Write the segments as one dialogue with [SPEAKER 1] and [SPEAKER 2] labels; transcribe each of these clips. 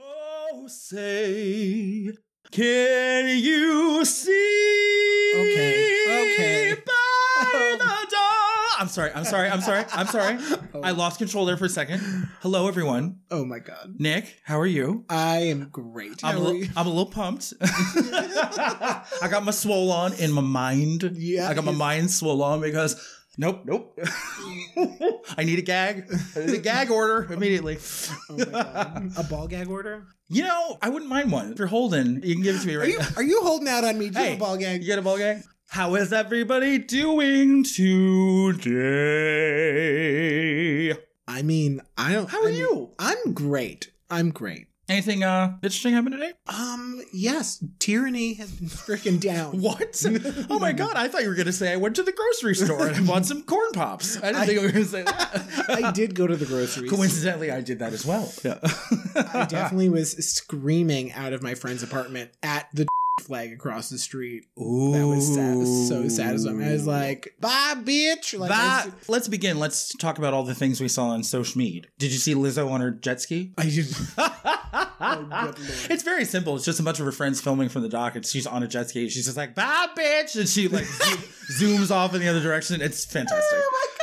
[SPEAKER 1] Oh, say, can you see?
[SPEAKER 2] Okay, okay.
[SPEAKER 1] By the dawn? I'm sorry. I'm sorry. I'm sorry. I'm sorry.
[SPEAKER 2] Oh.
[SPEAKER 1] I lost control there for a second. Hello, everyone.
[SPEAKER 2] Oh my god.
[SPEAKER 1] Nick, how are you?
[SPEAKER 2] I am great.
[SPEAKER 1] I'm a,
[SPEAKER 2] How are
[SPEAKER 1] little,
[SPEAKER 2] you?
[SPEAKER 1] I'm a little pumped. I got my swole on in my mind.
[SPEAKER 2] Yeah,
[SPEAKER 1] I got my
[SPEAKER 2] you-
[SPEAKER 1] mind swole on because nope, nope. I need a gag. I need a gag order immediately.
[SPEAKER 2] Oh my god. A ball gag order?
[SPEAKER 1] You know, I wouldn't mind one. If you're holding, you can give it to me
[SPEAKER 2] Are
[SPEAKER 1] right
[SPEAKER 2] you
[SPEAKER 1] now.
[SPEAKER 2] are you holding out on me? Do you have
[SPEAKER 1] Hey,
[SPEAKER 2] a ball
[SPEAKER 1] You
[SPEAKER 2] gag?
[SPEAKER 1] get a ball gag? How is everybody doing today?
[SPEAKER 2] I mean, I don't
[SPEAKER 1] How are
[SPEAKER 2] I mean,
[SPEAKER 1] you?
[SPEAKER 2] I'm great. I'm great.
[SPEAKER 1] Anything uh interesting happened today?
[SPEAKER 2] Um, yes, tyranny has been stricken down.
[SPEAKER 1] What? oh my god, I thought you were gonna say I went to the grocery store and bought some corn pops. I didn't
[SPEAKER 2] I-
[SPEAKER 1] think I was gonna say that.
[SPEAKER 2] I did go to the grocery store.
[SPEAKER 1] Coincidentally, I did that as well. Yeah.
[SPEAKER 2] I definitely was screaming out of my friend's apartment at the flag across the street.
[SPEAKER 1] Ooh.
[SPEAKER 2] That was sad. so satisfying. I was like, "Bye, bitch!" Like, I,
[SPEAKER 1] that, let's begin. Let's talk about all the things we saw on social media. Did you see Lizzo on her jet ski?
[SPEAKER 2] I just Oh, good lord.
[SPEAKER 1] it's very simple. It's just a bunch of her friends filming from the dock, and she's on a jet ski. She's just like, "Bye, bitch," and she like zoom- zooms off in the other direction. It's fantastic,
[SPEAKER 2] Oh my god!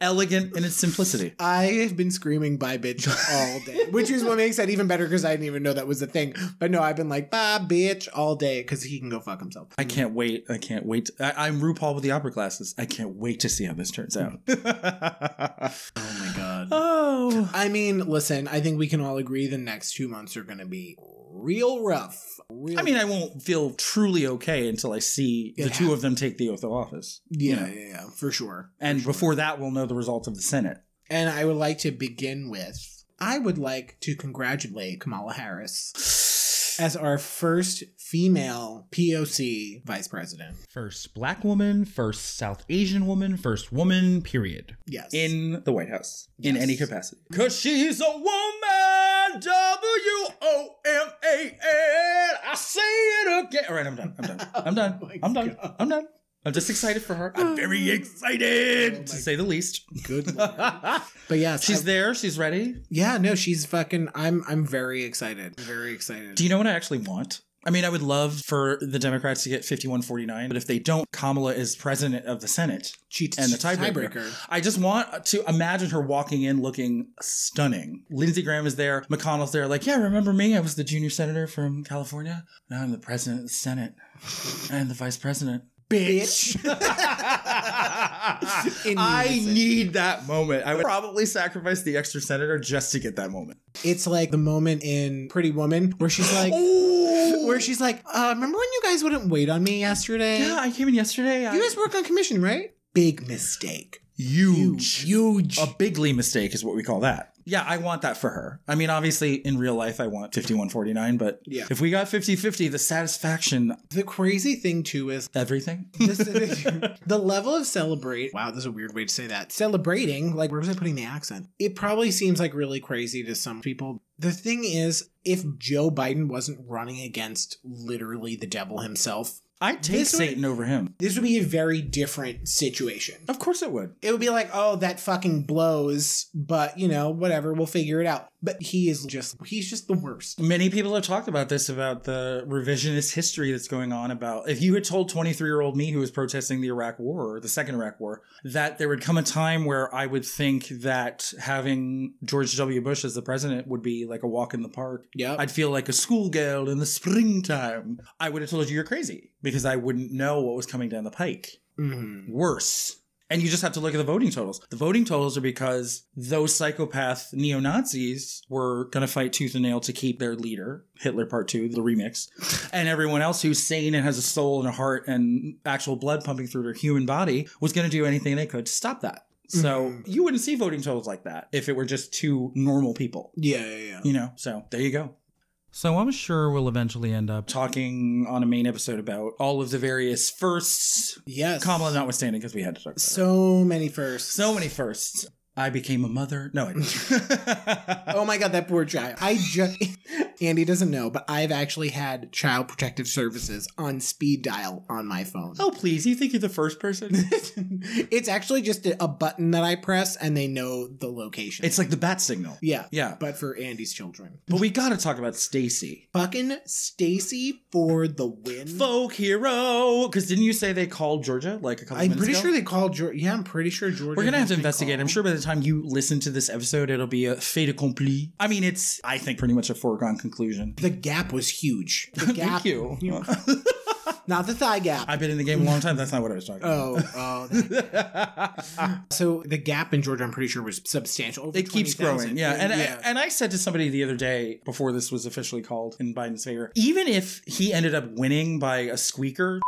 [SPEAKER 1] elegant in its simplicity.
[SPEAKER 2] I have been screaming "bye, bitch" all day, which is what makes that even better because I didn't even know that was a thing. But no, I've been like "bye, bitch" all day because he can go fuck himself.
[SPEAKER 1] I can't wait. I can't wait. I, I'm RuPaul with the opera glasses. I can't wait to see how this turns out.
[SPEAKER 2] Oh my god!
[SPEAKER 1] oh,
[SPEAKER 2] I mean, listen, I think we can all agree the next two months are going to be real rough. Real
[SPEAKER 1] I mean, I won't feel truly okay until I see the
[SPEAKER 2] Yeah.
[SPEAKER 1] two of them take the oath of office. you
[SPEAKER 2] yeah,
[SPEAKER 1] know.
[SPEAKER 2] yeah, yeah, for sure.
[SPEAKER 1] And before that, we'll know the results of the Senate.
[SPEAKER 2] And I would like to begin with I would like to congratulate Kamala Harris as our first female POC vice president.
[SPEAKER 1] First black woman, first South Asian woman, first woman, period.
[SPEAKER 2] Yes.
[SPEAKER 1] In the White House, in
[SPEAKER 2] Yes.
[SPEAKER 1] any capacity. Because she's a woman, W O M A N. I say it again. All right, I'm done. I'm done. I'm done.
[SPEAKER 2] Oh my
[SPEAKER 1] I'm done.
[SPEAKER 2] God.
[SPEAKER 1] I'm done. I'm just excited for her. I'm very excited,
[SPEAKER 2] Oh my
[SPEAKER 1] to say the least.
[SPEAKER 2] Good lord. But yes,
[SPEAKER 1] she's
[SPEAKER 2] I-
[SPEAKER 1] there. She's ready.
[SPEAKER 2] yeah, no, she's fucking I'm I'm very excited. I'm very excited.
[SPEAKER 1] Do you know what I actually want? I mean, I would love for the Democrats to get 5149, but if they don't, Kamala is president of the Senate.
[SPEAKER 2] she,
[SPEAKER 1] and the
[SPEAKER 2] she's a
[SPEAKER 1] tiebreaker. I just want to imagine her walking in looking stunning. Lindsey Graham is there, McConnell's there, like, yeah, remember me? I was the junior senator from California. Now I'm the president of the Senate. I'm the vice president.
[SPEAKER 2] Bitch. In
[SPEAKER 1] I
[SPEAKER 2] unison.
[SPEAKER 1] need that moment. I would probably sacrifice the extra senator just to get that moment.
[SPEAKER 2] It's like the moment in Pretty Woman where she's like
[SPEAKER 1] oh,
[SPEAKER 2] where she's like, uh, remember when you guys wouldn't wait on me yesterday?
[SPEAKER 1] Yeah, I came in yesterday. I-
[SPEAKER 2] You guys work on commission, right? Big mistake.
[SPEAKER 1] huge.
[SPEAKER 2] Huge.
[SPEAKER 1] A bigly mistake is what we call that. Yeah, I want that for her. I mean, obviously, in real life, I want 5149, but
[SPEAKER 2] Yeah.
[SPEAKER 1] if we got 50 50, the satisfaction,
[SPEAKER 2] The crazy thing too is
[SPEAKER 1] everything.
[SPEAKER 2] this, the level of celebrate. Wow, this is a weird way to say that. Celebrating, like where was I putting the accent? It probably seems like really crazy to some people. The thing is, if Joe Biden wasn't running against literally the devil himself,
[SPEAKER 1] I'd take
[SPEAKER 2] This would-
[SPEAKER 1] Satan over him.
[SPEAKER 2] this would be a very different situation.
[SPEAKER 1] Of course it would.
[SPEAKER 2] It would be like, oh, that fucking blows, but you know, whatever, we'll figure it out. But he is just, he's just the worst.
[SPEAKER 1] Many people have talked about this about the revisionist history that's going on. About if you had told 23 year old me who was protesting the Iraq War, or the second Iraq War, that there would come a time where I would think that having George W. Bush as the president would be like a walk in the park
[SPEAKER 2] Yep.
[SPEAKER 1] I'd feel like a schoolgirl in the springtime. I would have told you you're crazy because I wouldn't know what was coming down the pike.
[SPEAKER 2] Mhm.
[SPEAKER 1] Worse. And you just have to look at the voting totals. The voting totals are because those psychopath neo Nazis were going to fight tooth and nail to keep their leader, Hitler Part Two, the remix, and everyone else who's sane and has a soul and a heart and actual blood pumping through their human body was going to do anything they could to stop that. So
[SPEAKER 2] Mhm.
[SPEAKER 1] you wouldn't see voting totals like that if it were just two normal people
[SPEAKER 2] Yeah, yeah, yeah.
[SPEAKER 1] you know so there you go so i'm sure we'll eventually end up talking on a main episode about all of the various firsts
[SPEAKER 2] Yes.
[SPEAKER 1] kamala notwithstanding because we had to talk about her.
[SPEAKER 2] So many firsts.
[SPEAKER 1] so many firsts i became a mother no I didn't.
[SPEAKER 2] Oh my god, that poor child. I just Andy doesn't know, but I've actually had Child Protective Services on speed dial on my phone.
[SPEAKER 1] Oh, please. You think you're the first person?
[SPEAKER 2] it's actually just a, a button that I press and they know the location.
[SPEAKER 1] it's like the bat signal.
[SPEAKER 2] yeah,
[SPEAKER 1] Yeah.
[SPEAKER 2] but for Andy's children.
[SPEAKER 1] But we got to talk about Stacy.
[SPEAKER 2] Fucking Stacy for the win.
[SPEAKER 1] Folk hero. Because didn't you say they called Georgia like a couple
[SPEAKER 2] I'm
[SPEAKER 1] minutes
[SPEAKER 2] pretty
[SPEAKER 1] ago?
[SPEAKER 2] sure they called George. Yeah, I'm pretty sure George.
[SPEAKER 1] We're going to have to investigate. I'm sure by the time you listen to this episode, it'll be a fait accompli. I mean, it's, I think, pretty much a foregone conclusion.
[SPEAKER 2] The gap was huge. The gap,
[SPEAKER 1] Thank you.
[SPEAKER 2] not the thigh gap.
[SPEAKER 1] I've been in the game a long time. That's not what I was talking about.
[SPEAKER 2] oh, oh. that- So the gap in Georgia, I'm pretty sure, was substantial. Over
[SPEAKER 1] It keeps
[SPEAKER 2] 20,000.
[SPEAKER 1] growing. Yeah. And,
[SPEAKER 2] yeah.
[SPEAKER 1] I, and I said to somebody the other day before this was officially called in Biden's favor, even if he ended up winning by a squeaker,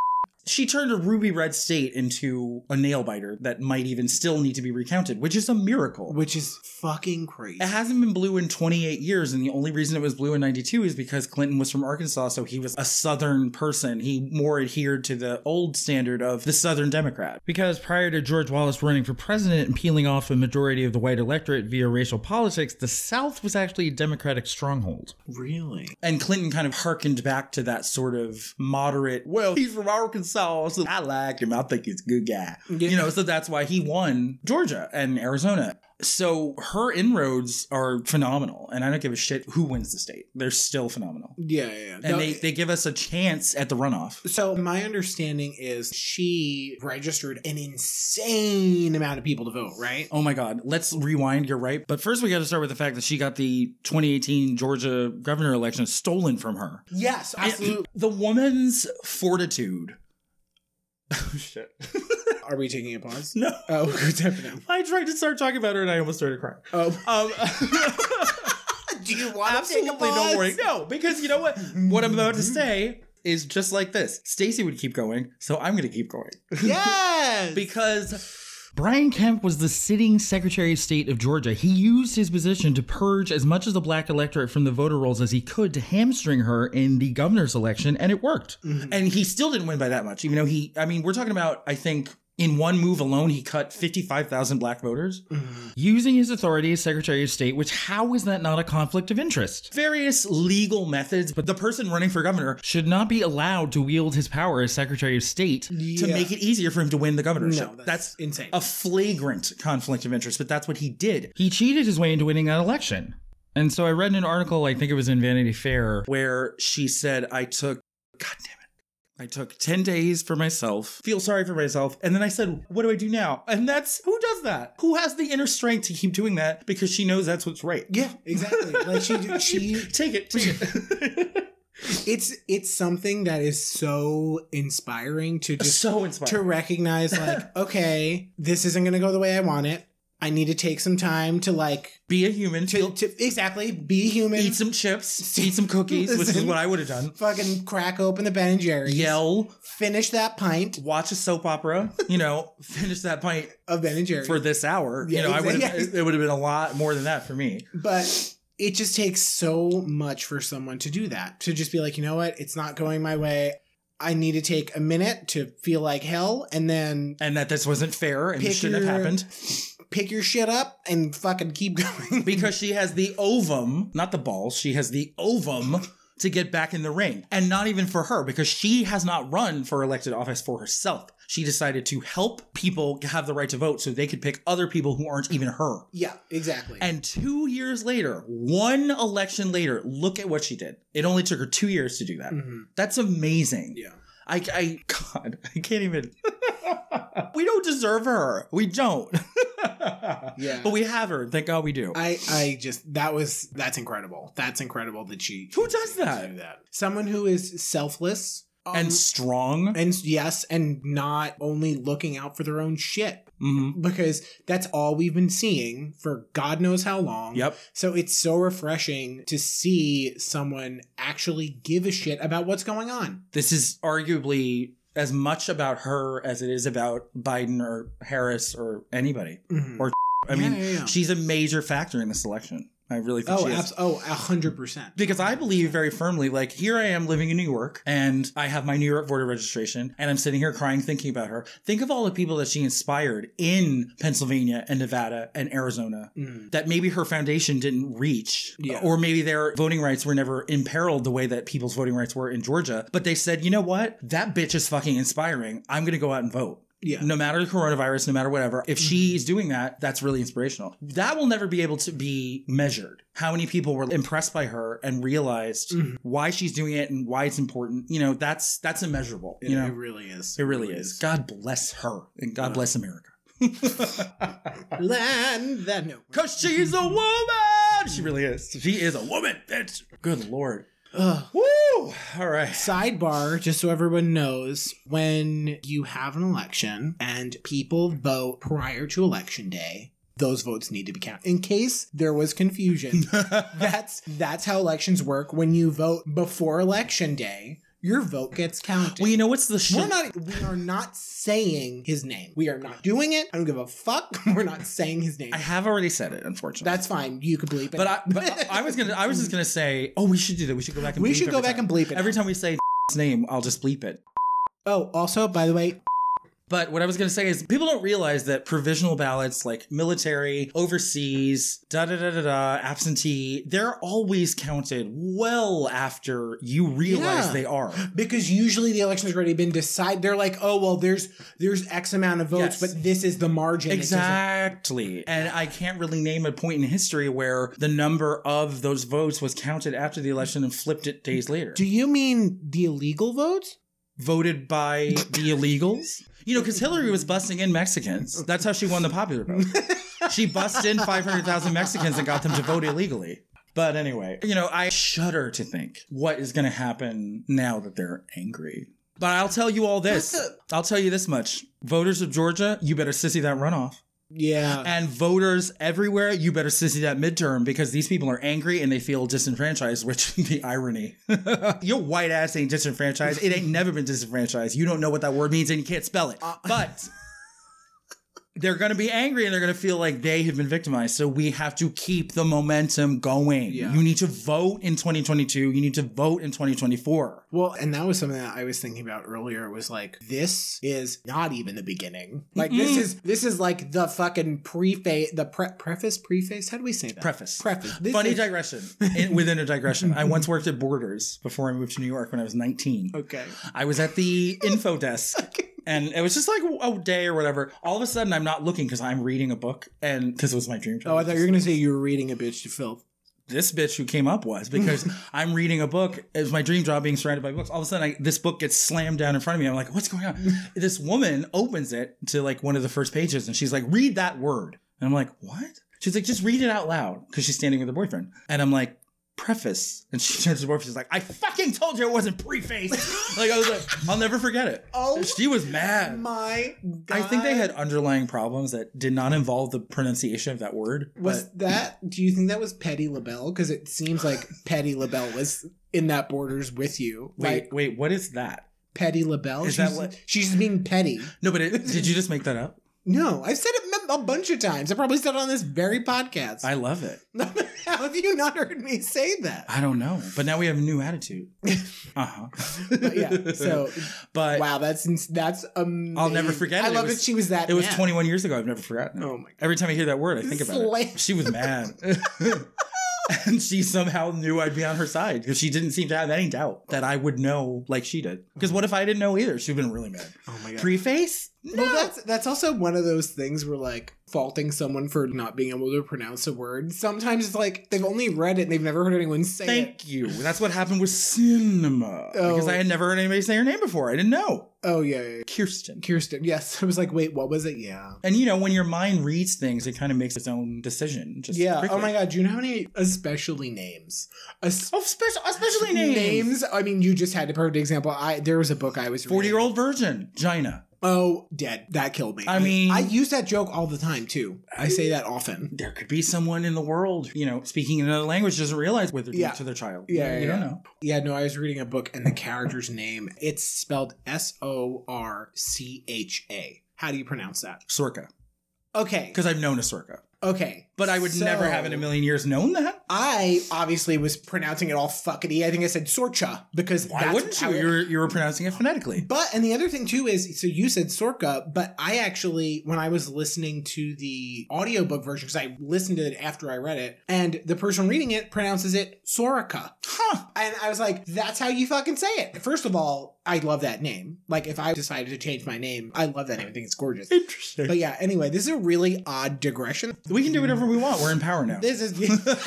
[SPEAKER 1] she turned a ruby red state into a nail biter that might even still need to be recounted, which is a miracle.
[SPEAKER 2] which is fucking crazy.
[SPEAKER 1] it hasn't been blue in 28 years, and the only reason it was blue in 92 is because Clinton was from Arkansas, so he was a Southern person. He more adhered to the old standard of the Southern Democrat. Because prior to George Wallace running for president and peeling off a majority of the white electorate via racial politics, the South was actually a Democratic stronghold.
[SPEAKER 2] Really?
[SPEAKER 1] And Clinton kind of harkened back to that sort of moderate, well, he's from Arkansas, so I like him. I think he's a good guy.
[SPEAKER 2] Yeah.
[SPEAKER 1] You know, so that's why he won Georgia and Arizona. So her inroads are phenomenal. And I don't give a shit who wins the state. They're still phenomenal.
[SPEAKER 2] Yeah, yeah. yeah.
[SPEAKER 1] And
[SPEAKER 2] No,
[SPEAKER 1] they, they give us a chance at the runoff.
[SPEAKER 2] so my understanding is she registered an insane amount of people to vote, right?
[SPEAKER 1] Oh my God. Let's rewind. You're right. But first, we got to start with the fact that she got the 2018 Georgia governor election stolen from her.
[SPEAKER 2] Yes, absolutely.
[SPEAKER 1] The woman's fortitude. Oh, shit.
[SPEAKER 2] Are we taking a pause?
[SPEAKER 1] No.
[SPEAKER 2] Oh, definitely.
[SPEAKER 1] I tried to start talking about her and I almost started crying.
[SPEAKER 2] Oh,
[SPEAKER 1] Um,
[SPEAKER 2] do you want
[SPEAKER 1] absolutely, don't worry. No, because you know what? What I'm about to say is just like this. Stacy would keep going, so I'm going to keep going
[SPEAKER 2] Yes,
[SPEAKER 1] because. Brian Kemp was the sitting Secretary of State of Georgia. He used his position to purge as much of the black electorate from the voter rolls as he could to hamstring her in the governor's election, and it worked. And he still didn't win by that much, even though he, I mean, we're talking about, I think, in one move alone, he cut 55,000 black voters using his authority as Secretary of State, which how is that not a conflict of interest? Various legal methods, but the person running for governor should not be allowed to wield his power as Secretary of State to
[SPEAKER 2] Yeah.
[SPEAKER 1] make it easier for him to win the governorship.
[SPEAKER 2] no, that's,
[SPEAKER 1] that's
[SPEAKER 2] insane.
[SPEAKER 1] a flagrant conflict of interest, but that's what he did. He cheated his way into winning that election. And so I read in an article, I think it was in Vanity Fair, where she said, I took, God damn it, I took 10 days for myself, feel sorry for myself. And then I said, What do I do now? And that's who does that? Who has the inner strength to keep doing that because she knows that's what's right?
[SPEAKER 2] yeah, exactly. Like she, she
[SPEAKER 1] take it, take it.
[SPEAKER 2] it's it's something that is so inspiring to just
[SPEAKER 1] so inspiring.
[SPEAKER 2] to recognize like okay this isn't going to go the way i want it i need to take some time to like
[SPEAKER 1] Be a human,
[SPEAKER 2] to, to exactly be human
[SPEAKER 1] eat some chips, eat some cookies, which is what I would have done.
[SPEAKER 2] fucking crack open the ben and jerry's
[SPEAKER 1] Yell,
[SPEAKER 2] finish that pint
[SPEAKER 1] watch a soap opera, you know, finish that pint
[SPEAKER 2] of ben and jerry's
[SPEAKER 1] for this hour.
[SPEAKER 2] Yeah,
[SPEAKER 1] you know, I would
[SPEAKER 2] exactly.
[SPEAKER 1] have, it would have been a lot more than that for me.
[SPEAKER 2] but it just takes so much for someone to do that to just be like you know what it's not going my way i need to take a minute to feel like hell and then
[SPEAKER 1] And that this wasn't fair and this
[SPEAKER 2] Pick
[SPEAKER 1] shouldn't have
[SPEAKER 2] your-
[SPEAKER 1] happened
[SPEAKER 2] pick your shit up and fucking keep going
[SPEAKER 1] because she has the ovum, not the ball, she has the ovum to get back in the ring. And not even for her because she has not run for elected office for herself. She decided to help people have the right to vote so they could pick other people who aren't even her.
[SPEAKER 2] yeah exactly
[SPEAKER 1] And two years later, one election later, look at what she did. It only took her two years to do that.
[SPEAKER 2] Mhm.
[SPEAKER 1] That's amazing.
[SPEAKER 2] Yeah.
[SPEAKER 1] I, I, God, I can't even. we don't deserve her. We don't.
[SPEAKER 2] Yeah.
[SPEAKER 1] But we have her. Thank God we do.
[SPEAKER 2] I, I just that was that's incredible. That's incredible that she
[SPEAKER 1] Who does that?
[SPEAKER 2] do that. Someone who is selfless um,
[SPEAKER 1] and strong.
[SPEAKER 2] and yes, and not only looking out for their own shit
[SPEAKER 1] hmm
[SPEAKER 2] because that's all we've been seeing for God knows how long.
[SPEAKER 1] Yep.
[SPEAKER 2] So it's so refreshing to see someone actually give a shit about what's going on.
[SPEAKER 1] This is arguably as much about her as it is about Biden or Harris or anybody.
[SPEAKER 2] Mhm.
[SPEAKER 1] Or I mean,
[SPEAKER 2] Yeah, yeah, yeah.
[SPEAKER 1] she's a major factor in this election. I really think
[SPEAKER 2] Oh,
[SPEAKER 1] she is.
[SPEAKER 2] abs- oh, a hundred percent.
[SPEAKER 1] Because I believe very firmly, like, here I am living in New York and I have my New York voter registration and I'm sitting here crying thinking about her. Think of all the people that she inspired in Pennsylvania and Nevada and Arizona
[SPEAKER 2] Mm.
[SPEAKER 1] that maybe her foundation didn't reach.
[SPEAKER 2] Yeah.
[SPEAKER 1] Or maybe their voting rights were never imperiled the way that people's voting rights were in Georgia. But they said, you know what? That bitch is fucking inspiring. I'm going to go out and vote.
[SPEAKER 2] Yeah.
[SPEAKER 1] No matter the coronavirus, no matter whatever, if she's doing that, that's really inspirational. That will never be able to be measured. How many people were impressed by her and realized
[SPEAKER 2] Mhm.
[SPEAKER 1] why she's doing it and why it's important? You know, that's that's immeasurable.
[SPEAKER 2] It,
[SPEAKER 1] you know,
[SPEAKER 2] it really is.
[SPEAKER 1] it really is. God bless her and God
[SPEAKER 2] Yeah.
[SPEAKER 1] bless America.
[SPEAKER 2] Land that no.
[SPEAKER 1] Cause she's a woman. She really is. She is a woman. Bitch. Good lord.
[SPEAKER 2] Ugh.
[SPEAKER 1] Woo! All right.
[SPEAKER 2] Sidebar, just so everyone knows, when you have an election and people vote prior to election day, those votes need to be counted. In case there was confusion, that's that's how elections work. When you vote before election day, your vote gets counted.
[SPEAKER 1] well, you know what's the shit?
[SPEAKER 2] We're not we are not saying his name. We are not doing it. I don't give a fuck. We're not saying his name.
[SPEAKER 1] I have already said it, unfortunately.
[SPEAKER 2] That's fine. You could bleep it.
[SPEAKER 1] but I, but I was gonna. I was just gonna say. Oh, we should do that. We should go back and.
[SPEAKER 2] we
[SPEAKER 1] bleep
[SPEAKER 2] should go
[SPEAKER 1] every
[SPEAKER 2] back
[SPEAKER 1] time.
[SPEAKER 2] and bleep it.
[SPEAKER 1] Every time we say name, I'll just bleep it.
[SPEAKER 2] oh, also, by the way,
[SPEAKER 1] But what I was going to say is people don't realize that provisional ballots like military, overseas, da da da da da, absentee, they're always counted well after you realize
[SPEAKER 2] Yeah.
[SPEAKER 1] they are.
[SPEAKER 2] because usually the election's already been decided. They're like, oh well, there's there's X amount of
[SPEAKER 1] Yes.
[SPEAKER 2] votes, but this is the margin. that doesn't-
[SPEAKER 1] Exactly. And I can't really name a point in history where the number of those votes was counted after the election and flipped it days later.
[SPEAKER 2] Do you mean the illegal votes?
[SPEAKER 1] Voted by the illegals? You know, because Hillary was busting in Mexicans. That's how she won the popular vote. she busts in 500,000 Mexicans and got them to vote illegally. But anyway, you know, I shudder to think what is going to happen now that they're angry. But I'll tell you all this.
[SPEAKER 2] What
[SPEAKER 1] I'll tell you this much. Voters of Georgia, you better sissy that runoff.
[SPEAKER 2] Yeah.
[SPEAKER 1] And voters everywhere, you better sissy that midterm because these people are angry and they feel disenfranchised, which the irony. Your white ass ain't disenfranchised. It ain't never been disenfranchised. You don't know what that word means and you can't spell it.
[SPEAKER 2] Uh,
[SPEAKER 1] But they're going to be angry and they're going to feel like they have been victimized. So we have to keep the momentum going.
[SPEAKER 2] Yeah.
[SPEAKER 1] You need to vote in 2022. You need to vote in 2024.
[SPEAKER 2] Well, and that was something that I was thinking about earlier was like this is not even the beginning. Like this
[SPEAKER 1] Mm-mm.
[SPEAKER 2] is this is like the fucking preface the pre- preface preface how do we say that?
[SPEAKER 1] Preface.
[SPEAKER 2] Preface. This
[SPEAKER 1] Funny
[SPEAKER 2] is-
[SPEAKER 1] digression in, within a digression. I once worked at Borders before I moved to New York when I was 19.
[SPEAKER 2] Okay.
[SPEAKER 1] I was at the info desk. And it was just like a day or whatever. All of a sudden, I'm not looking because I'm reading a book, and because it was my dream job.
[SPEAKER 2] Oh, I thought you were gonna say you were reading a bitch to filth.
[SPEAKER 1] this bitch who came up was because I'm reading a book. It was my dream job being surrounded by books. All of a sudden, I, this book gets slammed down in front of me. I'm like, what's going on? this woman opens it to like one of the first pages and she's like, read that word. And I'm like, what? She's like, just read it out loud because she's standing with her boyfriend. And I'm like, preface. And she turns to her boyfriend. She's like, I fucking told you it wasn't preface. like, I was like, I'll never forget it.
[SPEAKER 2] Oh
[SPEAKER 1] She was mad.
[SPEAKER 2] my god.
[SPEAKER 1] I think they had underlying problems that did not involve the pronunciation of that word.
[SPEAKER 2] Was
[SPEAKER 1] but-
[SPEAKER 2] that? Do you think that was Petty LaBelle? Because it seems like Petty LaBelle was in that borders with you.
[SPEAKER 1] wait,
[SPEAKER 2] like
[SPEAKER 1] wait, what is that?
[SPEAKER 2] Petty LaBelle.
[SPEAKER 1] Is
[SPEAKER 2] she's,
[SPEAKER 1] that what-
[SPEAKER 2] she's being petty.
[SPEAKER 1] No, but it, did you just make that up?
[SPEAKER 2] No, I've said it a bunch of times. I probably said it on this very podcast.
[SPEAKER 1] I love it.
[SPEAKER 2] How have you not heard me say that?
[SPEAKER 1] I don't know, but now we have a new attitude. Uh huh.
[SPEAKER 2] But yeah. So
[SPEAKER 1] but
[SPEAKER 2] wow, that's ins- that's amazing.
[SPEAKER 1] never forget
[SPEAKER 2] I
[SPEAKER 1] it. It
[SPEAKER 2] love
[SPEAKER 1] was-
[SPEAKER 2] that she was that.
[SPEAKER 1] it was
[SPEAKER 2] mad.
[SPEAKER 1] 21 years ago. I've never forgotten. it.
[SPEAKER 2] Oh my god.
[SPEAKER 1] Every time I hear that word, I think about
[SPEAKER 2] Slam.
[SPEAKER 1] it. She was mad, and she somehow knew I'd be on her side because she didn't seem to have any doubt that I would know like she did. Because what if I didn't know either? She'd been really mad.
[SPEAKER 2] Oh my god.
[SPEAKER 1] Preface?
[SPEAKER 2] Well, that's that's also one of those things where like faulting someone for not being able to pronounce a word. Sometimes it's like they've only read it and they've never heard anyone say it.
[SPEAKER 1] Thank you. That's what happened with cinema
[SPEAKER 2] Oh.
[SPEAKER 1] because I had never heard anybody say her name before. I didn't know
[SPEAKER 2] Oh yeah, yeah, yeah.
[SPEAKER 1] Kirsten.
[SPEAKER 2] Kirsten. Yes, I was like, wait, what was it? Yeah,
[SPEAKER 1] And you know, when your mind reads things, it kind of makes its own decision. Just
[SPEAKER 2] yeah.
[SPEAKER 1] quickly.
[SPEAKER 2] Oh my god, do you know how many especially names? Es-
[SPEAKER 1] Oh, special, especially names.
[SPEAKER 2] I mean, you just had a perfect example. I there was a book I was reading.
[SPEAKER 1] Forty-year-old virgin, Gina.
[SPEAKER 2] Oh, dead. That killed me.
[SPEAKER 1] I mean-
[SPEAKER 2] I use that joke all the time too. I say that often.
[SPEAKER 1] There could be someone in the world, you know, speaking another language doesn't realize what they're doing
[SPEAKER 2] Yeah.
[SPEAKER 1] to their child.
[SPEAKER 2] Yeah, yeah,
[SPEAKER 1] you don't
[SPEAKER 2] yeah.
[SPEAKER 1] know.
[SPEAKER 2] Yeah, no, I was reading a book and the character's name it's spelled S O R C H A. How do you pronounce that?
[SPEAKER 1] Sorka,
[SPEAKER 2] Okay.
[SPEAKER 1] because I've known a Sorka.
[SPEAKER 2] Okay.
[SPEAKER 1] But I would never have in a
[SPEAKER 2] so-
[SPEAKER 1] million years known that.
[SPEAKER 2] I obviously was pronouncing it all fuckity. I think I said Sorcha because
[SPEAKER 1] Why
[SPEAKER 2] that's
[SPEAKER 1] wouldn't you?
[SPEAKER 2] how it-
[SPEAKER 1] You were, you were pronouncing it phonetically.
[SPEAKER 2] But and the other thing too is so you said Sorka, but I actually when I was listening to the audiobook version because I listened to it after I read it, and the person reading it pronounces it Soraka.
[SPEAKER 1] Huh.
[SPEAKER 2] And I was like, that's how you fucking say it. First of all, I love that name. Like if I decided to change my name, I love that name. I think it's gorgeous.
[SPEAKER 1] Interesting.
[SPEAKER 2] But yeah, anyway, this is a really odd digression.
[SPEAKER 1] we can do whatever we want. We're in power now.
[SPEAKER 2] This is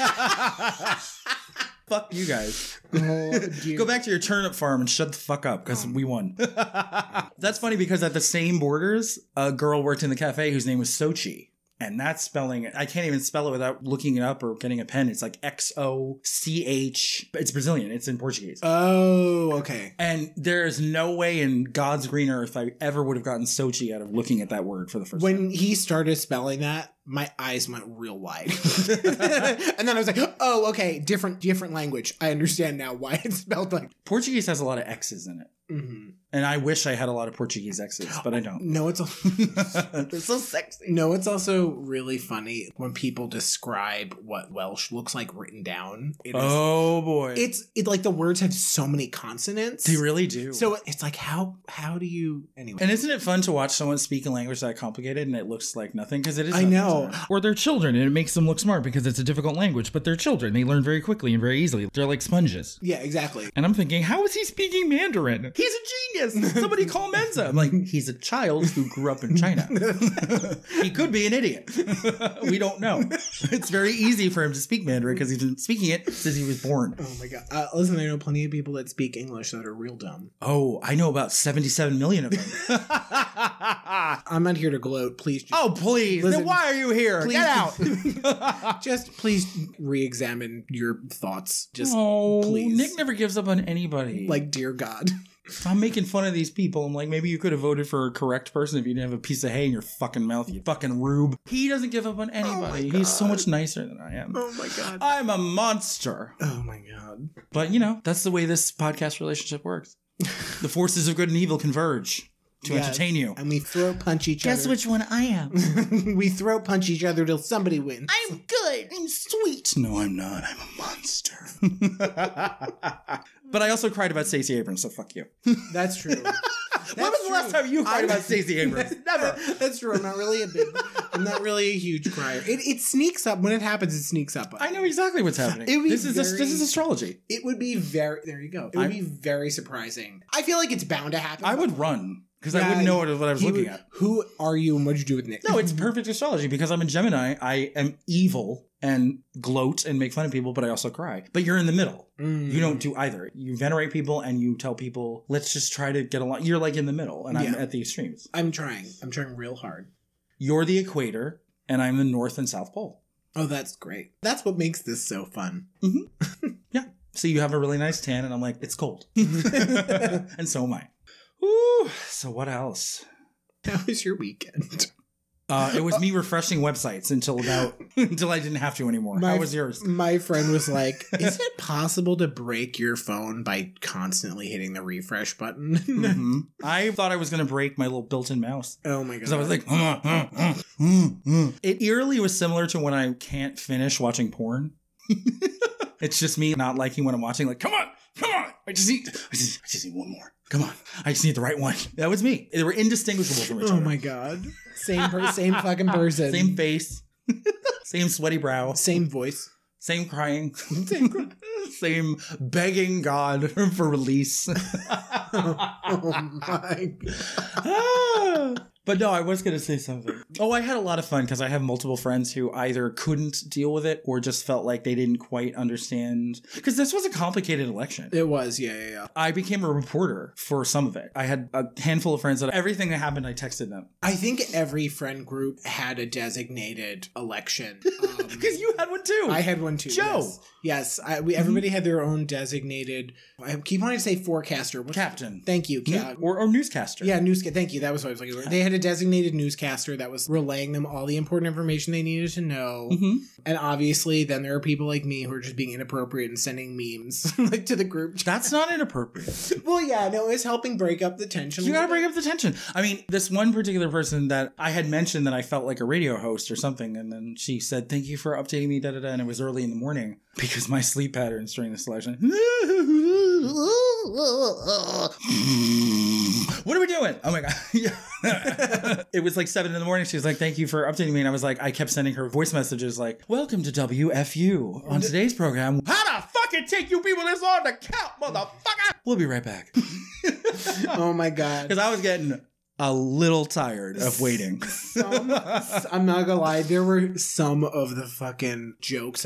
[SPEAKER 1] Fuck you guys.
[SPEAKER 2] Oh, dear.
[SPEAKER 1] Go back to your turnip farm and shut the fuck up because we won. that's funny because at the same borders, a girl worked in the cafe whose name was Sochi. And that's spelling, I can't even spell it without looking it up or getting a pen. It's like X O C H. It's Brazilian, it's in Portuguese.
[SPEAKER 2] Oh, okay.
[SPEAKER 1] and there is no way in God's green earth I ever would have gotten Sochi out of looking at that word for the first time.
[SPEAKER 2] When he started spelling that, my eyes went real wide. and then I was like, oh, okay, different different language. I understand now why it's spelled like
[SPEAKER 1] Portuguese has a lot of X's in it.
[SPEAKER 2] Mhm.
[SPEAKER 1] And I wish I had a lot of Portuguese X's, but I don't.
[SPEAKER 2] No, it's al-
[SPEAKER 1] They're so sexy.
[SPEAKER 2] No, it's also really funny when people describe what Welsh looks like written down. It is-
[SPEAKER 1] Oh boy.
[SPEAKER 2] it's it like the words have so many consonants.
[SPEAKER 1] they really do.
[SPEAKER 2] so it's like how how do you anyway?
[SPEAKER 1] And isn't it fun to watch someone speak a language that complicated and it looks like nothing because it is?
[SPEAKER 2] I
[SPEAKER 1] nothing
[SPEAKER 2] know.
[SPEAKER 1] to them. Or they're children and it makes them look smart because it's a difficult language, but they're children. They learn very quickly and very easily. They're like sponges.
[SPEAKER 2] yeah, exactly.
[SPEAKER 1] And I'm thinking, how is he speaking Mandarin? He's a genius. Somebody call Menza. I'm like, he's a child who grew up in China.
[SPEAKER 2] Oh
[SPEAKER 1] he could be an idiot. we don't know. It's very easy for him to speak Mandarin because he's been speaking it since he was born.
[SPEAKER 2] Oh my god! Uh, listen, I know plenty of people that speak English that are real dumb.
[SPEAKER 1] Oh, I know about 77 million of them.
[SPEAKER 2] I'm not here to gloat. Please, just,
[SPEAKER 1] oh, please.
[SPEAKER 2] Listen,
[SPEAKER 1] then why are you here?
[SPEAKER 2] please-
[SPEAKER 1] Get out.
[SPEAKER 2] just please re-examine your thoughts. Just
[SPEAKER 1] oh,
[SPEAKER 2] please.
[SPEAKER 1] Nick never gives up on anybody.
[SPEAKER 2] like, dear God,
[SPEAKER 1] I'm making fun of these people. I'm like, maybe you could have voted for a correct person if you didn't have a piece of hay in your fucking mouth, you fucking rube. He doesn't give up on anybody. He's so
[SPEAKER 2] God.
[SPEAKER 1] much nicer than I am.
[SPEAKER 2] oh my God,
[SPEAKER 1] I'm a monster.
[SPEAKER 2] oh my God.
[SPEAKER 1] But, you know, that's the way this podcast relationship works. the forces of good and evil converge to
[SPEAKER 2] Yes.
[SPEAKER 1] entertain you.
[SPEAKER 2] And we throw punch each other.
[SPEAKER 1] one I am?
[SPEAKER 2] we throw punch each other till somebody wins.
[SPEAKER 1] I'm good. I'm sweet. No, I'm not. I'm a monster. but I also cried about Stacey Abrams, so fuck you.
[SPEAKER 2] That's true. That's
[SPEAKER 1] when was the last time you cried about Stacey Abrams? Oh. Never.
[SPEAKER 2] That's true. I'm not really a big. I'm not really a huge crier. It, it sneaks up when it happens. It sneaks up.
[SPEAKER 1] I know exactly what's happening.
[SPEAKER 2] It was
[SPEAKER 1] This is
[SPEAKER 2] very-
[SPEAKER 1] this is astrology.
[SPEAKER 2] It would be very. There you go. It would
[SPEAKER 1] I'm-
[SPEAKER 2] be very surprising. I feel like it's bound to happen.
[SPEAKER 1] I would run because I
[SPEAKER 2] Yeah,
[SPEAKER 1] wouldn't know what, what I was
[SPEAKER 2] He
[SPEAKER 1] looking
[SPEAKER 2] would-
[SPEAKER 1] at.
[SPEAKER 2] Who are you and what'd you do with Nick?
[SPEAKER 1] No, it's perfect astrology because I'm a Gemini. I am evil and gloat and make fun of people, but I also cry. But you're in the middle.
[SPEAKER 2] Mm.
[SPEAKER 1] You don't do either. You venerate people and you tell people, let's just try to get along. You're like in the middle, and I'm
[SPEAKER 2] Yeah.
[SPEAKER 1] at the extremes.
[SPEAKER 2] I'm trying. I'm trying real hard.
[SPEAKER 1] You're the equator, and I'm the North and South Pole.
[SPEAKER 2] Oh, that's great. That's what makes this so fun.
[SPEAKER 1] So you have a really nice tan, and I'm like, it's cold. and so am I. Ooh, so what else?
[SPEAKER 2] How was your weekend?
[SPEAKER 1] Uh, it was me refreshing websites until about until I didn't have to anymore.
[SPEAKER 2] My-
[SPEAKER 1] How was yours?
[SPEAKER 2] My friend was like, "Is it possible to break your phone by constantly hitting the refresh button?"
[SPEAKER 1] Mhm. I thought I was going to break my little built-in mouse.
[SPEAKER 2] Oh my god!
[SPEAKER 1] Because I was like, "Uh, uh, uh, uh, uh." it eerily was similar to when I can't finish watching porn. it's just me not liking what I'm watching. Like, come on, come on. I just need, I just, I just need one more. Come on, I just need the right one. That was me. They were indistinguishable from each
[SPEAKER 2] "Oh
[SPEAKER 1] other.
[SPEAKER 2] my god!" Same per- same fucking person.
[SPEAKER 1] Same face, same sweaty brow,
[SPEAKER 2] Same voice.
[SPEAKER 1] same crying, same, same begging God for release.
[SPEAKER 2] Oh my!
[SPEAKER 1] Ah. but no, I was going to say something. Oh, I had a lot of fun because I have multiple friends who either couldn't deal with it or just felt like they didn't quite understand. Because this was a complicated election.
[SPEAKER 2] It was yeah yeah yeah.
[SPEAKER 1] I became a reporter for some of it. I had a handful of friends that everything that happened, I texted them.
[SPEAKER 2] I think every friend group had a designated election. Um,
[SPEAKER 1] Because you had one too.
[SPEAKER 2] I had one too.
[SPEAKER 1] Joe. Mm-hmm.
[SPEAKER 2] Yes, yes I, we everybody had their own designated. I keep wanting to say forecaster. What's-
[SPEAKER 1] Captain.
[SPEAKER 2] Thank you.
[SPEAKER 1] New-
[SPEAKER 2] Cap.
[SPEAKER 1] or, or newscaster.
[SPEAKER 2] Yeah, newscast. Thank you. That was what I was looking for. They had a designated newscaster that was was relaying them all the important information they needed to know.
[SPEAKER 1] hmm
[SPEAKER 2] And obviously, then there are people like me who are just being inappropriate and sending memes like to the group. chat.
[SPEAKER 1] That's not inappropriate.
[SPEAKER 2] Well, yeah, no, it's helping break up the tension.
[SPEAKER 1] You
[SPEAKER 2] a
[SPEAKER 1] gotta
[SPEAKER 2] little
[SPEAKER 1] break up the tension. I mean, this one particular person that I had mentioned that I felt like a radio host or something, and then she said, Thank you for updating me, da da da. And it was early in the morning because my sleep patterns during the selection. What are we doing? Oh my God. it was like seven in the morning. She was like, Thank you for updating me. And I was like, I kept sending her voice messages like, Welcome to WFU. On today's program, How the fuck it take you people this long to count, motherfucker? We'll be right back.
[SPEAKER 2] bit. Oh my god.
[SPEAKER 1] Because I was getting a little tired of waiting.
[SPEAKER 2] Some, I'm not gonna lie, there were some of the fucking jokes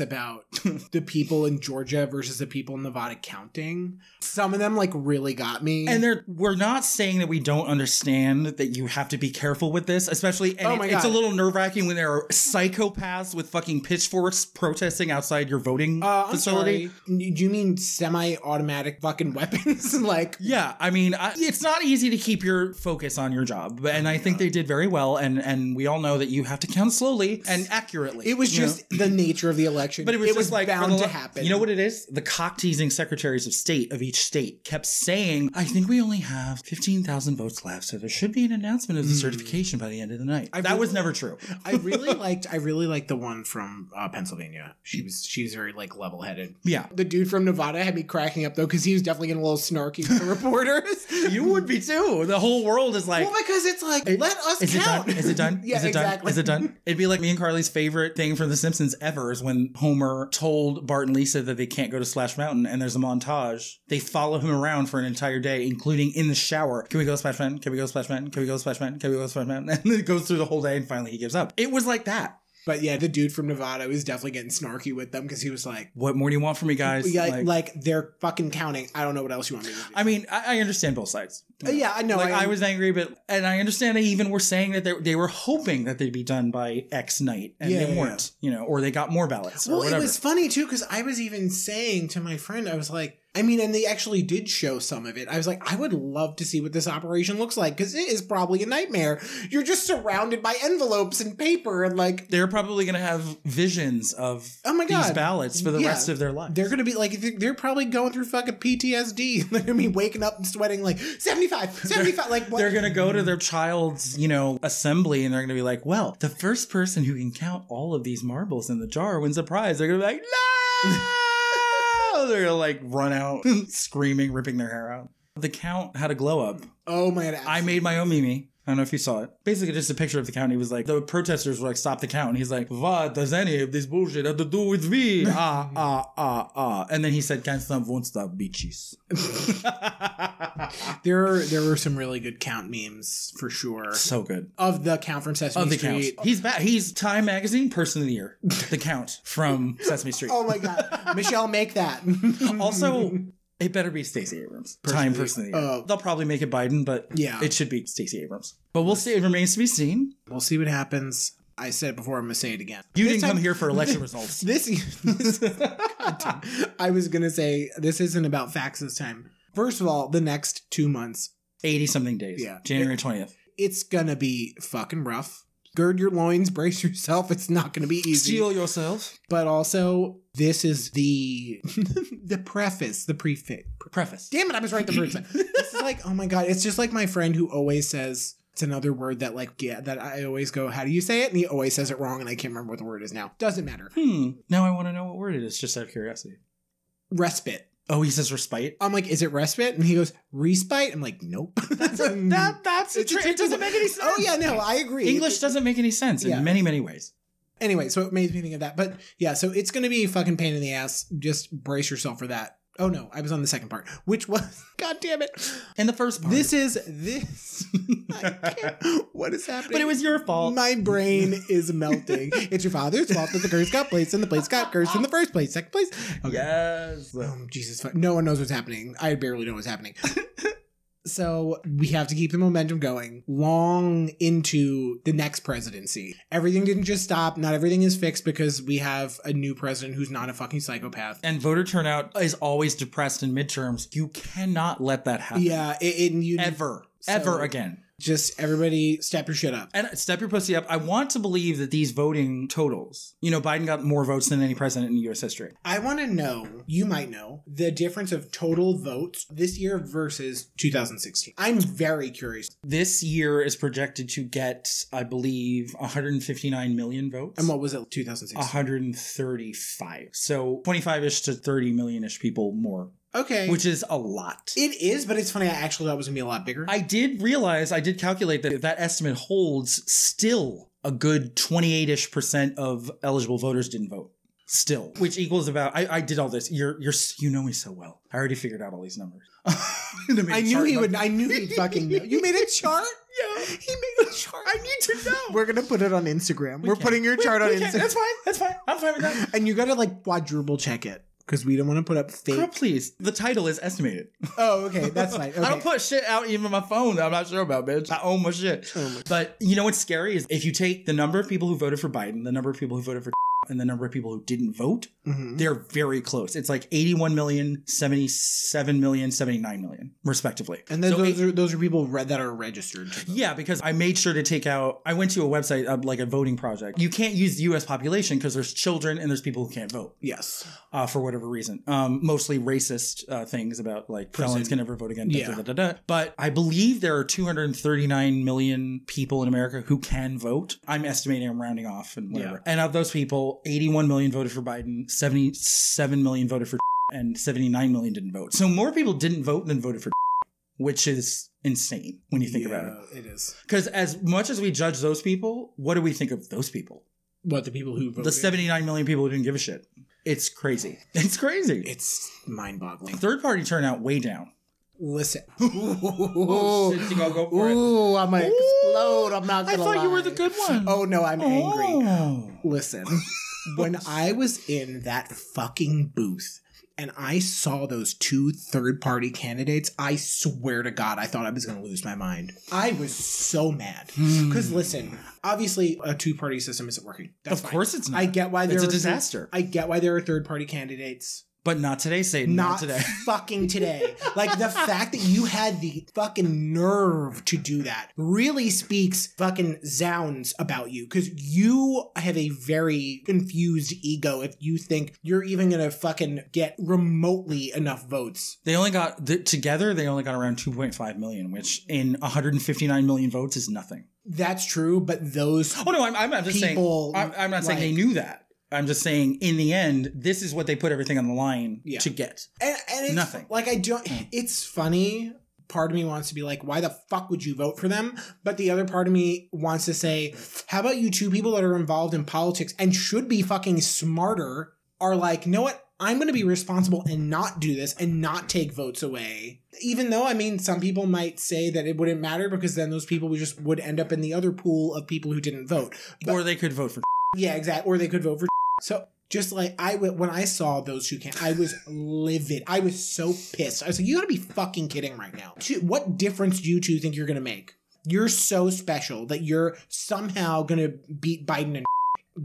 [SPEAKER 2] about the people in Georgia versus the people in Nevada counting. Some of them like really got me.
[SPEAKER 1] And they're, we're not saying that we don't understand that you have to be careful with this, especially. And
[SPEAKER 2] Oh
[SPEAKER 1] it-
[SPEAKER 2] my
[SPEAKER 1] it's a
[SPEAKER 2] God.
[SPEAKER 1] little nerve wracking when there are psychopaths with fucking pitchforks protesting outside your voting
[SPEAKER 2] uh, I'm
[SPEAKER 1] facility.
[SPEAKER 2] sorry. Do you mean semi-automatic fucking weapons? like
[SPEAKER 1] Yeah, I mean, I, it's not easy to keep your focus on your job, but-
[SPEAKER 2] Oh
[SPEAKER 1] and I think they did very well. And and we all know that you have to count slowly and accurately.
[SPEAKER 2] it was
[SPEAKER 1] you know?
[SPEAKER 2] just the nature of the election.
[SPEAKER 1] But it was, just like for
[SPEAKER 2] bound
[SPEAKER 1] the
[SPEAKER 2] to
[SPEAKER 1] lo-
[SPEAKER 2] happen.
[SPEAKER 1] You know what it is? The cock teasing secretaries of state of each state kept saying, "I think we only have fifteen thousand votes left, so there should be an announcement of the certification by the end of the night."
[SPEAKER 2] Hmm. I
[SPEAKER 1] that
[SPEAKER 2] really-
[SPEAKER 1] was never true.
[SPEAKER 2] I really liked. I really liked the one from uh, Pennsylvania. She was she's very like level-headed.
[SPEAKER 1] Yeah,
[SPEAKER 2] The dude from Nevada had me cracking up though because he was definitely getting a little snarky with the reporters.
[SPEAKER 1] you would be too. The whole world is like.
[SPEAKER 2] well, because it's like let us
[SPEAKER 1] is it
[SPEAKER 2] count.
[SPEAKER 1] done? Is it done?
[SPEAKER 2] yeah,
[SPEAKER 1] is it done?
[SPEAKER 2] exactly.
[SPEAKER 1] Is it done? It'd be like me and Carly's favorite thing from The Simpsons ever is when Homer told Bart and Lisa that they can't go to Splash Mountain, and there's a montage. They follow him around for an entire day, including in the shower. Can we go to Splash Mountain? Can we go to Splash Mountain? Can we go to Splash Mountain? Can we go to Splash Mountain? And then it goes through the whole day, and finally he gives up. It was like that.
[SPEAKER 2] But yeah, the dude from Nevada was definitely getting snarky with them because he was like,
[SPEAKER 1] What more do you want from me, guys?
[SPEAKER 2] yeah,
[SPEAKER 1] Like-
[SPEAKER 2] like, they're fucking counting. I don't know what else you want me to do.
[SPEAKER 1] I mean, I, I understand both sides.
[SPEAKER 2] Uh, yeah, I know.
[SPEAKER 1] like
[SPEAKER 2] I-
[SPEAKER 1] I, was angry, but and I understand they even were saying that they, they were hoping that they'd be done by X night, and
[SPEAKER 2] Yeah,
[SPEAKER 1] they
[SPEAKER 2] yeah,
[SPEAKER 1] weren't, you know, or they got more ballots or
[SPEAKER 2] well, it
[SPEAKER 1] whatever.
[SPEAKER 2] was funny too because I was even saying to my friend, I was like, I mean, and they actually did show some of it. I was like, I would love to see what this operation looks like because it is probably a nightmare. You're just surrounded by envelopes and paper and like
[SPEAKER 1] they're probably going to have visions of
[SPEAKER 2] Oh my
[SPEAKER 1] these
[SPEAKER 2] God.
[SPEAKER 1] ballots for the
[SPEAKER 2] Yeah.
[SPEAKER 1] rest of their life.
[SPEAKER 2] They're gonna be like they're- they're probably going through fucking PTSD. They're gonna be waking up and sweating like 75, 75, like what?
[SPEAKER 1] They're going to go to their child's, you know, assembly and they're going to be like, well, the first person who can count all of these marbles in the jar wins a prize. They're going to be like, no! they're going to like run out screaming, ripping their hair out. The count had a glow up.
[SPEAKER 2] oh my god!
[SPEAKER 1] I made my own meme. I don't know if you saw it. Basically, just a picture of the count. He was like, the protesters were like, stop the count. And he's like, what does any of this bullshit have to do with me? Ah, ah, ah, ah. And then he said, can't stop, won't stop, bitches.
[SPEAKER 2] there are, there were some really good count memes for sure
[SPEAKER 1] so good.
[SPEAKER 2] of the count from Sesame
[SPEAKER 1] Of the count.
[SPEAKER 2] Street.
[SPEAKER 1] He's back. He's Time Magazine Person of the Year. The count from Sesame Street.
[SPEAKER 2] Oh my god, Michelle, make that.
[SPEAKER 1] Also, it better be Stacey Abrams.
[SPEAKER 2] Person
[SPEAKER 1] Time
[SPEAKER 2] of the-
[SPEAKER 1] Person of the Year.
[SPEAKER 2] Oh.
[SPEAKER 1] They'll probably make it Biden, but
[SPEAKER 2] yeah,
[SPEAKER 1] it should be Stacey Abrams. But we'll see. It remains to be seen.
[SPEAKER 2] we'll see what happens. I said it before. I'm gonna say it again.
[SPEAKER 1] You
[SPEAKER 2] This
[SPEAKER 1] didn't
[SPEAKER 2] time-
[SPEAKER 1] come here for election results.
[SPEAKER 2] This, I was gonna say this isn't about facts this time. First of all, the next two months
[SPEAKER 1] 80 something days.
[SPEAKER 2] Yeah.
[SPEAKER 1] January 20th.
[SPEAKER 2] it's gonna be fucking rough. Gird your loins, brace yourself. It's not gonna be easy.
[SPEAKER 1] yourself.
[SPEAKER 2] But also, this is the the preface, the prefix.
[SPEAKER 1] Preface.
[SPEAKER 2] Damn it, I was right the first time. this is like, oh my god, it's just like my friend who always says it's another word that like yeah that I always go, how do you say it? And he always says it wrong, and I can't remember what the word is now. Doesn't matter.
[SPEAKER 1] Hmm. Now I want to know what word it is, just out of curiosity.
[SPEAKER 2] Respite.
[SPEAKER 1] Oh, he says respite.
[SPEAKER 2] I'm like, is it respite? And he goes, respite. I'm like, nope. That's
[SPEAKER 1] Um, that's
[SPEAKER 2] It's a
[SPEAKER 1] It doesn't make any sense.
[SPEAKER 2] Oh yeah, no, I agree.
[SPEAKER 1] English doesn't make any sense
[SPEAKER 2] Yeah.
[SPEAKER 1] in many, many ways.
[SPEAKER 2] anyway, so it made me think of that. But yeah, so it's gonna be a fucking pain in the ass. Just brace yourself for that. Oh no, I was on the second part, which was God damn it.
[SPEAKER 1] In the first part.
[SPEAKER 2] This is this. I can't- what is happening?
[SPEAKER 1] but it was your fault.
[SPEAKER 2] my brain is melting. it's your father's fault that the curse got placed and the place got cursed in the first place, second place. Okay.
[SPEAKER 1] Yes.
[SPEAKER 2] Um, Jesus, fuck. no one knows what's happening. I barely know what's happening. so we have to keep the momentum going long into the next presidency. Everything didn't just stop. Not everything is fixed because we have a new president who's not a fucking psychopath.
[SPEAKER 1] And voter turnout is always depressed in midterms. You cannot let that happen.
[SPEAKER 2] Yeah, it, it- you
[SPEAKER 1] Ever.
[SPEAKER 2] So-
[SPEAKER 1] ever again.
[SPEAKER 2] Just everybody step your shit up.
[SPEAKER 1] And step your pussy up. I want to believe that these voting totals, you know, Biden got more votes than any president in U.S. history.
[SPEAKER 2] I want to know, you might know, the difference of total votes this year versus 2016. I'm very curious.
[SPEAKER 1] This year is projected to get, I believe, 159 million votes.
[SPEAKER 2] And what was it, 2016?
[SPEAKER 1] 135. So 25 ish to 30 million ish people more,
[SPEAKER 2] Okay.
[SPEAKER 1] Uh-huh. which is a lot.
[SPEAKER 2] it is, but it's funny. I actually thought it was going to be a lot bigger.
[SPEAKER 1] I did realize, I did calculate that if that estimate holds still a good 28 ish percent of eligible voters didn't vote. Still, which equals about I, I did all this. You're you're s- you know me so well. I already figured out all these numbers.
[SPEAKER 2] I knew he would. I knew he'd fucking. Know. You made a chart.
[SPEAKER 1] Yeah,
[SPEAKER 2] He made a chart.
[SPEAKER 1] I need to know.
[SPEAKER 2] We're gonna put it on Instagram.
[SPEAKER 1] We
[SPEAKER 2] We are
[SPEAKER 1] can.
[SPEAKER 2] putting your chart on
[SPEAKER 1] We can't-
[SPEAKER 2] Instagram,
[SPEAKER 1] That's fine. That's fine. I'm fine with that.
[SPEAKER 2] and you gotta like quadruple check it because we don't want to put up fake.
[SPEAKER 1] Girl, please. The title is estimated.
[SPEAKER 2] Oh, okay, that's fine. Okay.
[SPEAKER 1] I don't put shit out even on my phone that I'm not sure about, bitch. I own my shit.
[SPEAKER 2] Oh my-
[SPEAKER 1] But you know what's scary is if you take the number of people who voted for Biden, the number of people who voted for and the number of people who didn't vote,
[SPEAKER 2] Mhm.
[SPEAKER 1] they're very close. It's like 81 million, 77 million, 79 million, respectively.
[SPEAKER 2] And then
[SPEAKER 1] So
[SPEAKER 2] those
[SPEAKER 1] it-
[SPEAKER 2] are those are people read that are registered. to vote.
[SPEAKER 1] yeah, because I made sure to take out. I went to a website, uh, like a voting project. You can't use the U.S. population because there's children and there's people who can't vote
[SPEAKER 2] Yes.
[SPEAKER 1] uh, for whatever reason. Um, mostly racist uh, things about like
[SPEAKER 2] Prison.
[SPEAKER 1] felons can never vote again. da,
[SPEAKER 2] Yeah.
[SPEAKER 1] da, da, da, da. But I believe there are 239 million people in America who can vote. I'm estimating I'm rounding off and whatever. And of those people, 81 million voted for Biden, 77 million voted for, and 79 million didn't vote. So more people didn't vote than voted for, which is insane when you think about it.
[SPEAKER 2] Yeah, It is
[SPEAKER 1] Because as much as we judge those people, what do we think of those people?
[SPEAKER 2] what the people who voted.
[SPEAKER 1] The 79 million people who didn't give a shit. It's crazy. It's crazy.
[SPEAKER 2] It's mind-boggling.
[SPEAKER 1] Third party turnout way down.
[SPEAKER 2] Listen.
[SPEAKER 1] Oh, shit, you gotta go for it.
[SPEAKER 2] Ooh, I'm
[SPEAKER 1] Ooh,
[SPEAKER 2] gonna explode. I'm not
[SPEAKER 1] I
[SPEAKER 2] gonna
[SPEAKER 1] thought you were the
[SPEAKER 2] lie.
[SPEAKER 1] good one.
[SPEAKER 2] Oh no, I'm angry.
[SPEAKER 1] Oh.
[SPEAKER 2] Listen, when I was in that fucking booth and I saw those two third party candidates, I swear to God, I thought I was going to lose my mind. I was so mad.
[SPEAKER 1] Hmm.
[SPEAKER 2] Because listen, obviously, a two party system isn't working. That's
[SPEAKER 1] Of
[SPEAKER 2] fine.
[SPEAKER 1] course it's not.
[SPEAKER 2] I get why there
[SPEAKER 1] it's a
[SPEAKER 2] are
[SPEAKER 1] disaster.
[SPEAKER 2] I get why there are third party candidates.
[SPEAKER 1] but not today, Satan. Not,
[SPEAKER 2] Not,
[SPEAKER 1] today.
[SPEAKER 2] fucking today. like the fact that you had the fucking nerve to do that really speaks fucking zounds about you because you have a very confused ego if you think you're even gonna fucking get remotely enough votes.
[SPEAKER 1] They only got, th- together, they only got around 2.5 million, which in 159 million votes is nothing.
[SPEAKER 2] That's true, but those
[SPEAKER 1] Oh, no, I'm, I'm, I'm just
[SPEAKER 2] People,
[SPEAKER 1] saying, I'm, I'm not saying they
[SPEAKER 2] like-
[SPEAKER 1] knew that. I'm just saying, in the end, this is what they put everything on the line
[SPEAKER 2] Yeah.
[SPEAKER 1] to get.
[SPEAKER 2] and, and it's,
[SPEAKER 1] Nothing.
[SPEAKER 2] Like I don't. It's funny. Part of me wants to be like, why the fuck would you vote for them? But the other part of me wants to say, how about you two people that are involved in politics and should be fucking smarter are like, you know what? I'm going to be responsible and not do this and not take votes away. Even though, I mean, some people might say that it wouldn't matter because then those people would just would end up in the other pool of people who didn't vote. But-
[SPEAKER 1] or they could vote for.
[SPEAKER 2] yeah, exactly. Or they could vote for. So just like I w- when I saw those two can I was livid. I was so pissed. I was like, you gotta be fucking kidding right now. Two- What difference do you two think you're gonna make? You're so special that you're somehow gonna beat Biden and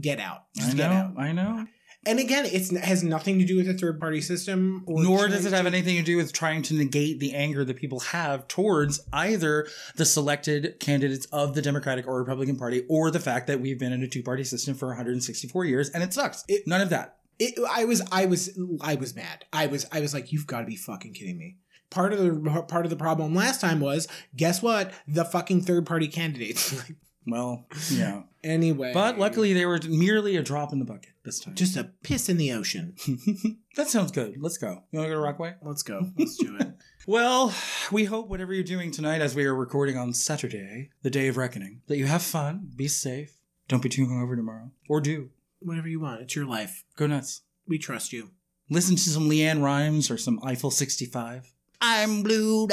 [SPEAKER 2] get out.
[SPEAKER 1] I
[SPEAKER 2] Just get
[SPEAKER 1] know.
[SPEAKER 2] out.
[SPEAKER 1] I know.
[SPEAKER 2] And again, it's has nothing to do with the third party system. Or
[SPEAKER 1] Nor does it have anything to do with trying to negate the anger that people have towards either the selected candidates of the Democratic or Republican Party or the fact that we've been in a two party system for 164 years and it sucks.
[SPEAKER 2] It-
[SPEAKER 1] None of that.
[SPEAKER 2] It, I was, I was, I was mad. I was, I was like, you've got to be fucking kidding me. Part of the part of the problem last time was, guess what? The fucking third party candidates. Like,
[SPEAKER 1] Well, yeah.
[SPEAKER 2] Anyway.
[SPEAKER 1] But luckily, they were merely a drop in the bucket this time.
[SPEAKER 2] just a piss in the ocean.
[SPEAKER 1] that sounds good. Let's go. You want to go to Rockaway?
[SPEAKER 2] Let's go. Let's do it.
[SPEAKER 1] Well, we hope whatever you're doing tonight as we are recording on Saturday, the day of reckoning, that you have fun, be safe, don't be too hungover tomorrow, or do.
[SPEAKER 2] Whatever you want. It's your life.
[SPEAKER 1] Go nuts.
[SPEAKER 2] We trust you.
[SPEAKER 1] listen to some Leanne Rhymes or some Eiffel 65.
[SPEAKER 2] I'm blue.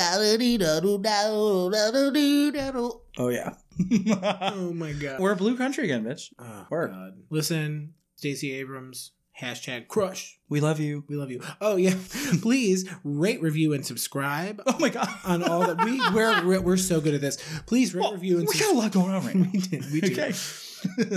[SPEAKER 2] Oh
[SPEAKER 1] Oh, yeah.
[SPEAKER 2] my god.
[SPEAKER 1] We're a blue country again, bitch.
[SPEAKER 2] oh,
[SPEAKER 1] Word.
[SPEAKER 2] God. Listen, Stacey Abrams. Hashtag crush.
[SPEAKER 1] We love you.
[SPEAKER 2] We love you. Oh yeah. Please rate, review, and subscribe
[SPEAKER 1] Oh, my God.
[SPEAKER 2] on all that we we're we're so good at this. Please rate,
[SPEAKER 1] Well,
[SPEAKER 2] review, and
[SPEAKER 1] we got a
[SPEAKER 2] subscribe.
[SPEAKER 1] lot going on right now.
[SPEAKER 2] We did. We did.
[SPEAKER 1] Okay.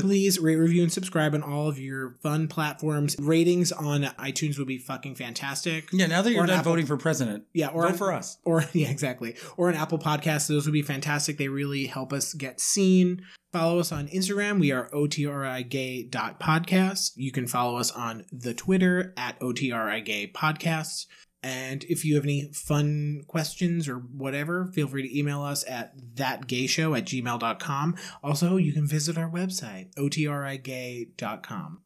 [SPEAKER 2] Please rate, review, and subscribe on all of your fun platforms. Ratings on iTunes would be fucking fantastic.
[SPEAKER 1] Yeah, now that
[SPEAKER 2] Or
[SPEAKER 1] you're
[SPEAKER 2] an
[SPEAKER 1] done
[SPEAKER 2] apple.
[SPEAKER 1] voting for president,
[SPEAKER 2] Yeah, or
[SPEAKER 1] vote for us.
[SPEAKER 2] or yeah, exactly. Or an Apple Podcast. Those would be fantastic. They really help us get seen. Follow us on Instagram. We are otrigay.podcast. You can follow us on the Twitter at otrigay podcast. And if you have any fun questions or whatever, feel free to email us at thatgayshow at gmail.com. Also, you can visit our website, otrigay.com.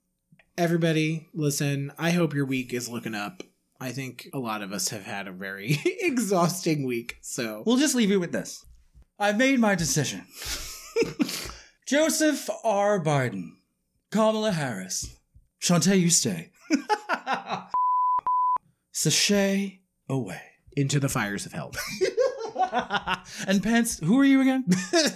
[SPEAKER 2] Everybody, listen, I hope your week is looking up. I think a lot of us have had a very exhausting week. So,
[SPEAKER 1] We'll just leave you with this. I've made my decision. Joseph R. Biden, Kamala Harris, Shantae, you stay. Sashay away.
[SPEAKER 2] into the fires of hell.
[SPEAKER 1] and Pence, who are you again? Go-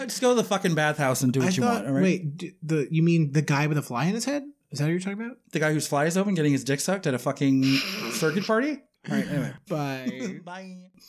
[SPEAKER 1] Just go to the fucking bathhouse and do what
[SPEAKER 2] I
[SPEAKER 1] you
[SPEAKER 2] thought-
[SPEAKER 1] want. All right.
[SPEAKER 2] Wait, d- the you mean the guy with a fly in his head? Is that what you're talking about?
[SPEAKER 1] The guy whose fly is open getting his dick sucked at a fucking circuit party. All right. Anyway.
[SPEAKER 2] Bye.
[SPEAKER 1] Bye.